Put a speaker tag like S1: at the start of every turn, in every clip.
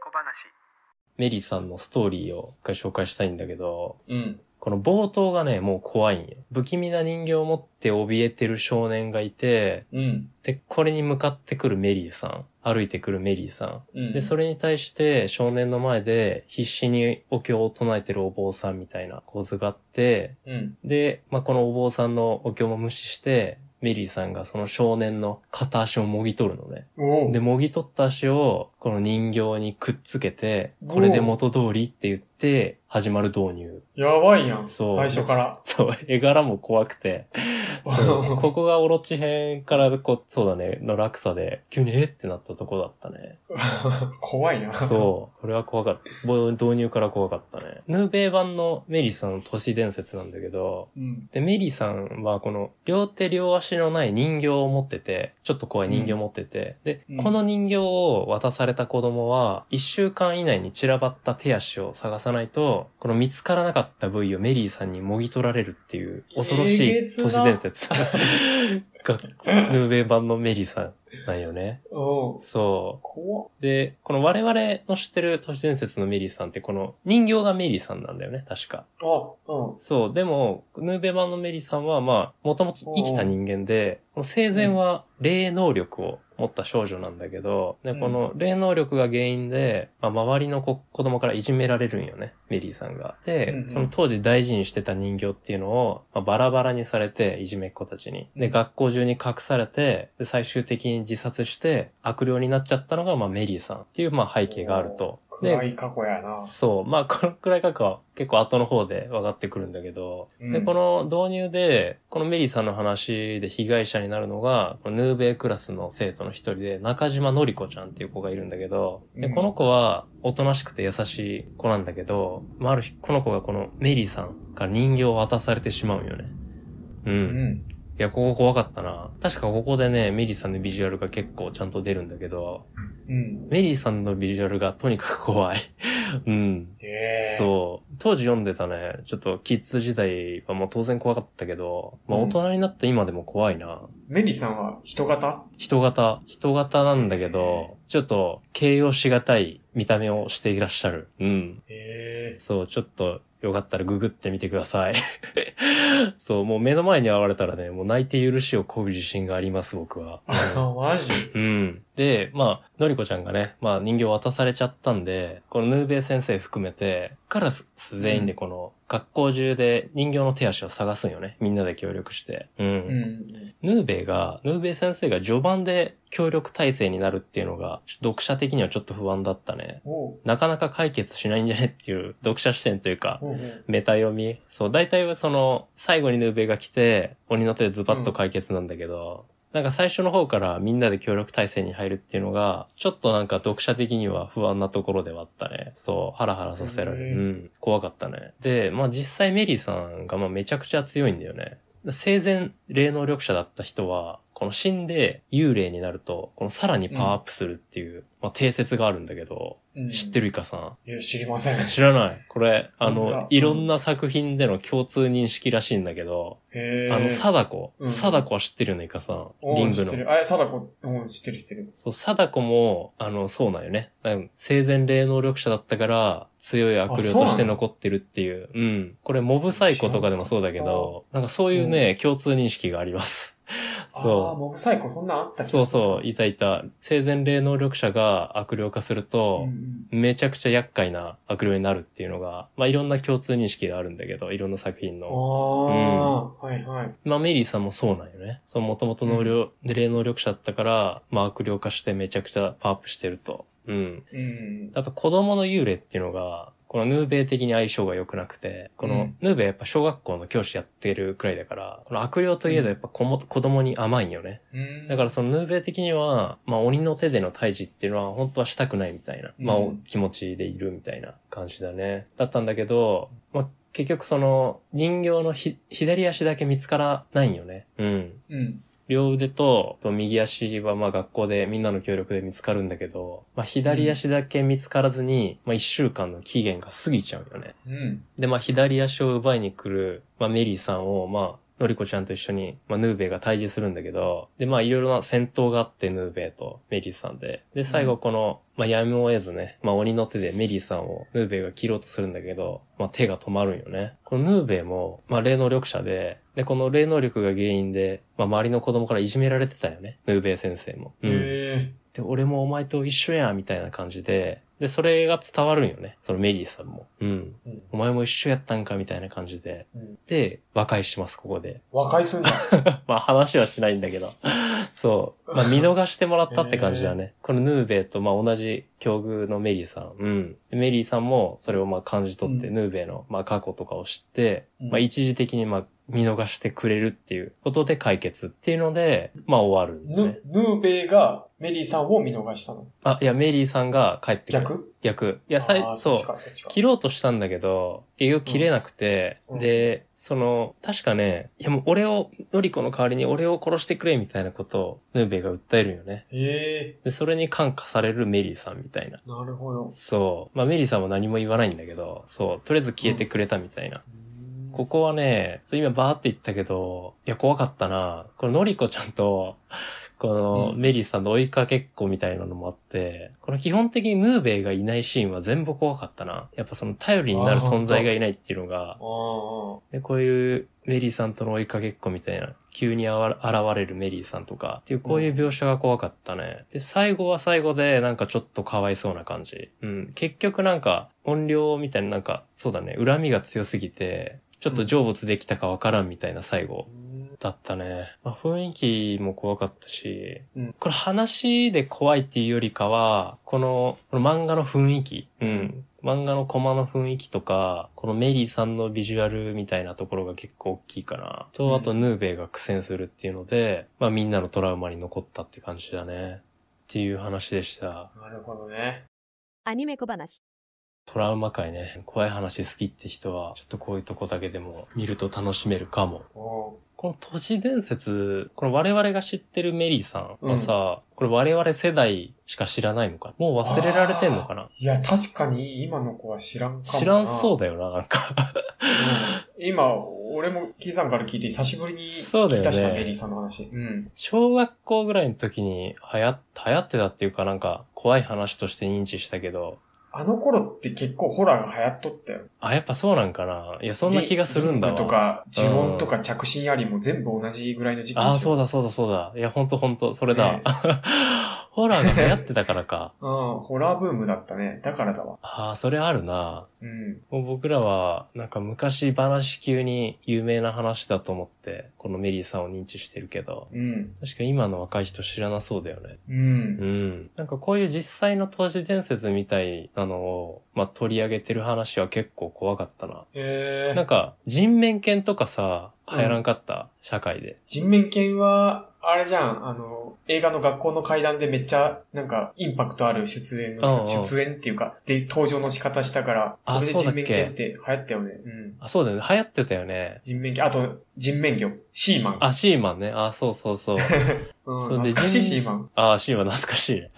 S1: 小話
S2: メリさんのストーリーを一回紹介したいんだけど、
S3: うん。
S2: この冒頭がね、もう怖いんよ。不気味な人形を持って怯えてる少年がいて、
S3: うん。
S2: で、これに向かってくるメリーさん。歩いてくるメリーさ
S3: うん。
S2: ん。で、それに対して少年の前で必死にお経を唱えてるお坊さんみたいな構図があって、
S3: うん。
S2: で、まあ、このお坊さんのお経も無視して、メリーさんがその少年の片足をもぎ取るのね。
S3: おう
S2: で、もぎ取った足を、この人形にくっつけて、これで元通りって言って、始まる導入。
S3: やばいやん。
S2: そう
S3: 最初から。
S2: そう、絵柄も怖くて。そうここがオロチ編から、こう、そうだね、の落差で、急にえってなったとこだったね。
S3: 怖いな。
S2: そう、これは怖かった。ぼ導入から怖かったね。ヌーベイ版のメリーさんの都市伝説なんだけど、
S3: う。うん。
S2: で、メリーさんはこの両手両足のない人形を持ってて、ちょっと怖い人形を持ってて、で、
S3: うん
S2: この人形を渡された子供は、一週間以内に散らばった手足を探さないと、この見つからなかった部位をメリーさんにもぎ取られるっていう恐ろし
S3: え
S2: い
S3: げつな
S2: 都市 伝説が、ヌーベイ版のメリーさんなんよね。
S3: おう。
S2: そう。
S3: 怖っ
S2: で、この我々の知ってる都市伝説のメリーさんって、この人形がメリーさんなんだよね、確か。
S3: あ、うん。
S2: そう、でも、ヌーベ版のメリさんは、まあ、もともと生きた人間で、この生前は霊能力を持った少女なんだけど、で、
S3: うん
S2: この霊能力が原因で、まあ、周りの子子供からいじめられるんよね、メリーさんが。で、
S3: うんうん
S2: その当時大事にしてた人形っていうのを、まあ、バラバラにされて、いじめっ子たちに。で、学校中に隠されて、で最終的に自殺して、悪霊になっちゃったのが、まあ、メリーさんっていう、まあ、背景があると。で
S3: 暗い過去やな。
S2: そう。まあ、このくらいかは結構後の方で分かってくるんだけど、
S3: うん
S2: で、この導入で、このメリーさんの話で被害者になるのが、このヌーベイクラスの生徒の一人で、中島のりこちゃんっていう子がいるんだけど、
S3: う
S2: で、
S3: ん
S2: この子はおとなしくて優しい子なんだけど、まあ、ある日、この子がこのメリーさんから人形を渡されてしまうんよね。う。
S3: うん
S2: い
S3: ん。
S2: や、ここ怖かったな。確かここでね、メリーさんのビジュアルが結構ちゃんと出るんだけど、
S3: うん。
S2: メリーさんのビジュアルがとにかく怖い。 うん。
S3: ええ。
S2: そう。当時読んでたね、ちょっとキッズ時代はもう当然怖かったけど、まあ
S3: うん
S2: 大人になった今でも怖いな。
S3: メリさんは人型
S2: 人型、人型なんだけど、ちょっと形容しがたい見た目をしていらっしゃる。うん。
S3: ええ。
S2: そう、ちょっとよかったらググってみてください。 そう、もう目の前に現れたらね、もう泣いて許しをこぐ自信があります、僕は。
S3: あ、 マジ
S2: うん。で、まあ、のりこちゃんがね、まあ人形渡されちゃったんで、このヌーベイ先生含めて、カラス全員でこの、学校中で人形の手足を探すんよね。みんなで協力して。うん。
S3: うん。
S2: ヌーベイが、ヌーベイ先生が序盤で協力体制になるっていうのが、ちょっと読者的にはちょっと不安だったね。
S3: おう。
S2: なかなか解決しないんじゃねっていう読者視点というか、
S3: おうおう
S2: メタ読み。そう、大体はその、最後にヌーベイが来て、鬼の手でズバッと解決なんだけど、なんか最初の方からみんなで協力体制に入るっていうのが、ちょっとなんか読者的には不安なところではあったね。そう、ハラハラさせられ
S3: へー
S2: る。うん、怖かったね。で、まあ実際メリーさんがまあめちゃくちゃ強いんだよね。生前、霊能力者だった人は、この死んで幽霊になると、このさらにパワーアップするっていう、まあ定説があるんだけ
S3: う
S2: ど、
S3: ん
S2: 知ってるイカさん。
S3: いや、知りません。へ
S2: 知らない。これ、あ
S3: マジ
S2: の
S3: か、
S2: いろんな作品での共通認識らしいんだけど、
S3: え。
S2: あの、貞子。
S3: うん
S2: 貞子は知ってるよね、イカさん。
S3: おう
S2: リング
S3: 知って
S2: の。
S3: る。あ、貞子。うん、知ってる知ってる。
S2: そう、貞子も、あの、そうなんよね。うん生前霊能力者だったから、強い悪霊
S3: あそうなの
S2: として残ってるっていう。うん。これ、モブサイコとかでもそうだけど、なんかそういうね、共通認識があります。
S3: ああ、
S2: そう。
S3: モブサイコそんなんあった
S2: そうそう、いたいた。生前霊能力者が悪霊化すると、
S3: うんうん。
S2: めちゃくちゃ厄介な悪霊になるっていうのが、まあ、いろんな共通認識があるんだけど、いろんな作品
S3: あ
S2: の。
S3: あ、はいはい。
S2: まあ、メリーさんもそうなんよね。その元々能力、霊能力者だったから、まあ、悪霊化してめちゃくちゃパワーアップしてると。うん。
S3: うん。
S2: あと、子供の幽霊っていうのが、このヌーベイ的に相性が良くなくて、こ
S3: う
S2: の
S3: ん
S2: ヌーベイやっぱ小学校の教師やってるくらいだから、この悪霊といえどやっぱ子も子供に甘いんよね。
S3: うん
S2: だから、そのヌーベイ的には、まあ鬼の手での退治っていうのは本当はしたくないみたいな、まあ
S3: うん
S2: お気持ちでいるみたいな感じだね。だったんだけど、まあ結局その人形のひ左足だけ見つからないんよね。うん。
S3: うん。
S2: 両腕とと右足はまあ学校でみんなの協力で見つかるんだけど、まあ左足だけ見つからずに、まあ一週間の期限が過ぎちゃうよね。
S3: うん。
S2: で、まあ、左足を奪いに来る、まあ、メリーさんを、まあ、のりこちゃんと一緒に、まあ、ヌーベイが対峙するんだけど、で、まあ、いろいろな戦闘があって、ヌーベイとメリーさんで。で、最後この、まあ、やむを得ずね、まあ、鬼の手でメリーさんをヌーベイが切ろうとするんだけど、まあ、手が止まるんよね。このヌーベイも、まあ、霊能力者で、で、この霊能力が原因で、まあ、周りの子供からいじめられてたよね。ヌーベイ先生も。うん
S3: え
S2: で、俺もお前と一緒やん、みたいな感じで、で、それが伝わるんよね。そのメリーさんも。うん。
S3: えうん
S2: お前も一緒やったんか、みたいな感じで。
S3: うん
S2: で、和解します、ここで。
S3: 和解すんだ。
S2: まあ話はしないんだけど。 そう。まあ見逃してもらったって感じ だね。このヌーベイとまあ同じ境遇のメリーさん。うん。でメリーさんもそれをまあ感じ取って、
S3: うん
S2: ヌーベイのまあ過去とかを知って、
S3: うん
S2: まあ一時的にまあ見逃してくれるっていうことで解決っていうので、まあ終わるんですね
S3: ぬ。、ヌーベイがメリーさんを見逃したの。
S2: あ、いや、メリーさんが帰ってくる。
S3: 逆
S2: 逆。い
S3: い
S2: や、さいそ
S3: そうっち。か、そっちか。
S2: 切ろうとしたんだけど、結局切れなくて、
S3: うん
S2: で、その、確かね、いやもう俺を、のりこの代わりに俺を殺してくれみたいなことを、ヌーベイが訴えるんよね。
S3: ええ
S2: で、それに感化されるメリーさんみたいな。
S3: なるほど。う
S2: そう。まあメリーさんも何も言わないんだけど、そう。とりあえず消えてくれたみたいな。
S3: ーん
S2: ここはね、そう今バーって言ったけど、いや怖かったな。こののりこちゃんと、この
S3: うん
S2: メリーさんの追いかけっこみたいなのもあって、この基本的にヌーベイがいないシーンは全部怖かったな。やっぱその頼りになる存在がいないっていうのが、
S3: あ
S2: で、こういうメリーさんとの追いかけっこみたいな、急にあわ現れるメリーさんとか、っていうこういう描写が怖かったね。で、最後は最後で、なんかちょっとかわいそうな感じ。うん。結局なんか、怨霊みたいな、なんか、そうだね、恨みが強すぎて、ちょっと成仏できたかわからんみたいな最後
S3: あ。うーん
S2: だったね。まあ、雰囲気も怖かったし、
S3: うん
S2: これ話で怖いっていうよりかは、このこの漫画の雰囲気、うん、漫画のコマの雰囲気とか、このメリーさんのビジュアルみたいなところが結構大きいかな。
S3: うん
S2: と、あとヌーベイが苦戦するっていうので、まあみんなのトラウマに残ったって感じだね。っていう話でした。
S3: なるほどね。
S1: アニメ小話。
S2: トラウマ界ね、怖い話好きって人は、ちょっとこういうとこだけでも見ると楽しめるかも。
S3: おう
S2: この都市伝説、この我々が知ってるメリーさんはさ、これ我々世代しか知らないのかもう忘れられてんのかない
S3: や、確かに今の子は知らんかもな。
S2: 知らんそうだよな、なんか。
S3: うん今、俺もキーさんから聞いて久しぶりに
S2: そう
S3: 聞
S2: だよ
S3: い
S2: ね
S3: たしな、メリーさんの話。うん。
S2: 小学校ぐらいの時に流行っ流行ってたっていうかなんか怖い話として認知したけど、
S3: あの頃って結構ホラーが流行っとったよ。
S2: あ、やっぱそうなんかないや、そんな気がするんだ
S3: リング
S2: わ。
S3: とか、呪文とか着信ありも全部同じぐらいの時期でしょ
S2: ああ、そうだそうだそうだ。いや、ほんとほんと、それだ。
S3: ね
S2: ホラーが流行ってたからか。
S3: うん、ホラーブームだったね。だからだわ。
S2: ああ、それあるな。
S3: うん。
S2: もう僕らは、なんか昔話級に有名な話だと思って、このメリーさんを認知してるけど、
S3: うん。
S2: 確かに今の若い人知らなそうだよね。
S3: うん
S2: う。ん。なんかこういう実際の都市伝説みたいなのを、まあ取り上げてる話は結構怖かったな。
S3: え
S2: なん
S3: ー、
S2: か人面犬とかさ、流行らんかった、社会で。
S3: 人面犬は、あれじゃん、あの、映画の学校の階段でめっちゃ、なんか、インパクトある出演
S2: うんう
S3: の
S2: ん
S3: し、出演っていうか、で、登場の仕方したから、そ
S2: あ
S3: れで
S2: そうだ
S3: 人
S2: っけ
S3: 面犬って流行ったよね。うん。
S2: あ、そうだよね。流行ってたよね。
S3: 人面犬、あと、人面魚、シーマン。
S2: あ、シーマンね。あ、そうそうそう。
S3: うん、
S2: それで
S3: 懐かしい
S2: 人
S3: シーマン。
S2: ああ、シーンは懐かし いね。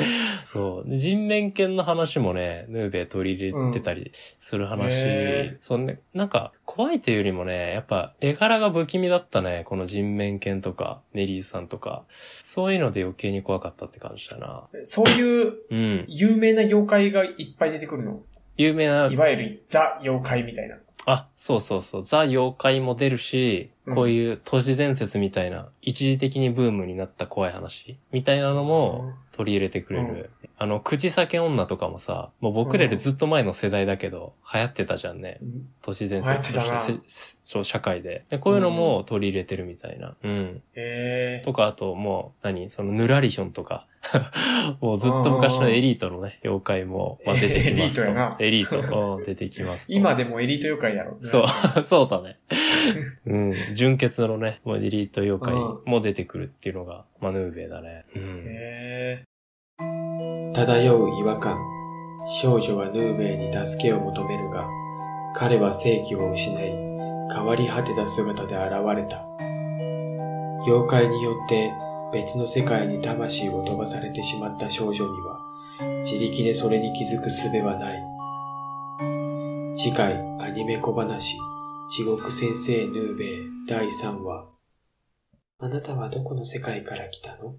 S2: そう。で人面犬の話もね、ヌーベイ取り入れてたりする話。
S3: うんへー
S2: そんね、なんか、怖いというよりもね、やっぱ、絵柄が不気味だったね。この人面犬とか、メリーさんとか。そういうので余計に怖かったって感じだな。
S3: そういう、
S2: うん。
S3: 有名な妖怪がいっぱい出てくるの。、
S2: 有名ない
S3: わゆる、ザ妖怪みたいな。
S2: あ、そうそうそう、ザ妖怪も出るし、
S3: うん
S2: こういう都市伝説みたいな、一時的にブームになった怖い話みたいなのも、取り入れてくれる。あの、口裂け女とかもさ、もう僕らよりずっと前の世代だけど、流行ってたじゃんね。
S3: うん。
S2: 都市伝
S3: 流行って
S2: 説
S3: たな
S2: せせそう、社会で。で、こういうのも取り入れてるみたいな。うん。
S3: えー
S2: とか、あともう、何その、ヌラリヒョンとか。 もうずっと昔のエリートのね、妖怪も、まあ、出てき
S3: エ
S2: ますと。
S3: リートやな
S2: エリート。うん出てきます と。
S3: 今でもエリート妖怪やろ。
S2: そう、 そう だね。うん。純血のね、もうエリート妖怪も出てくるっていうのが、マヌーベだね。うん。
S3: へ
S4: 漂う違和感。少女はヌーベイに助けを求めるが、彼は正気を失い、変わり果てた姿で現れた。妖怪によって別の世界に魂を飛ばされてしまった少女には、自力でそれに気づく術はない。次回、アニメ小話、地獄先生ヌーベイ第3話。
S3: あなたはどこの世界から来たの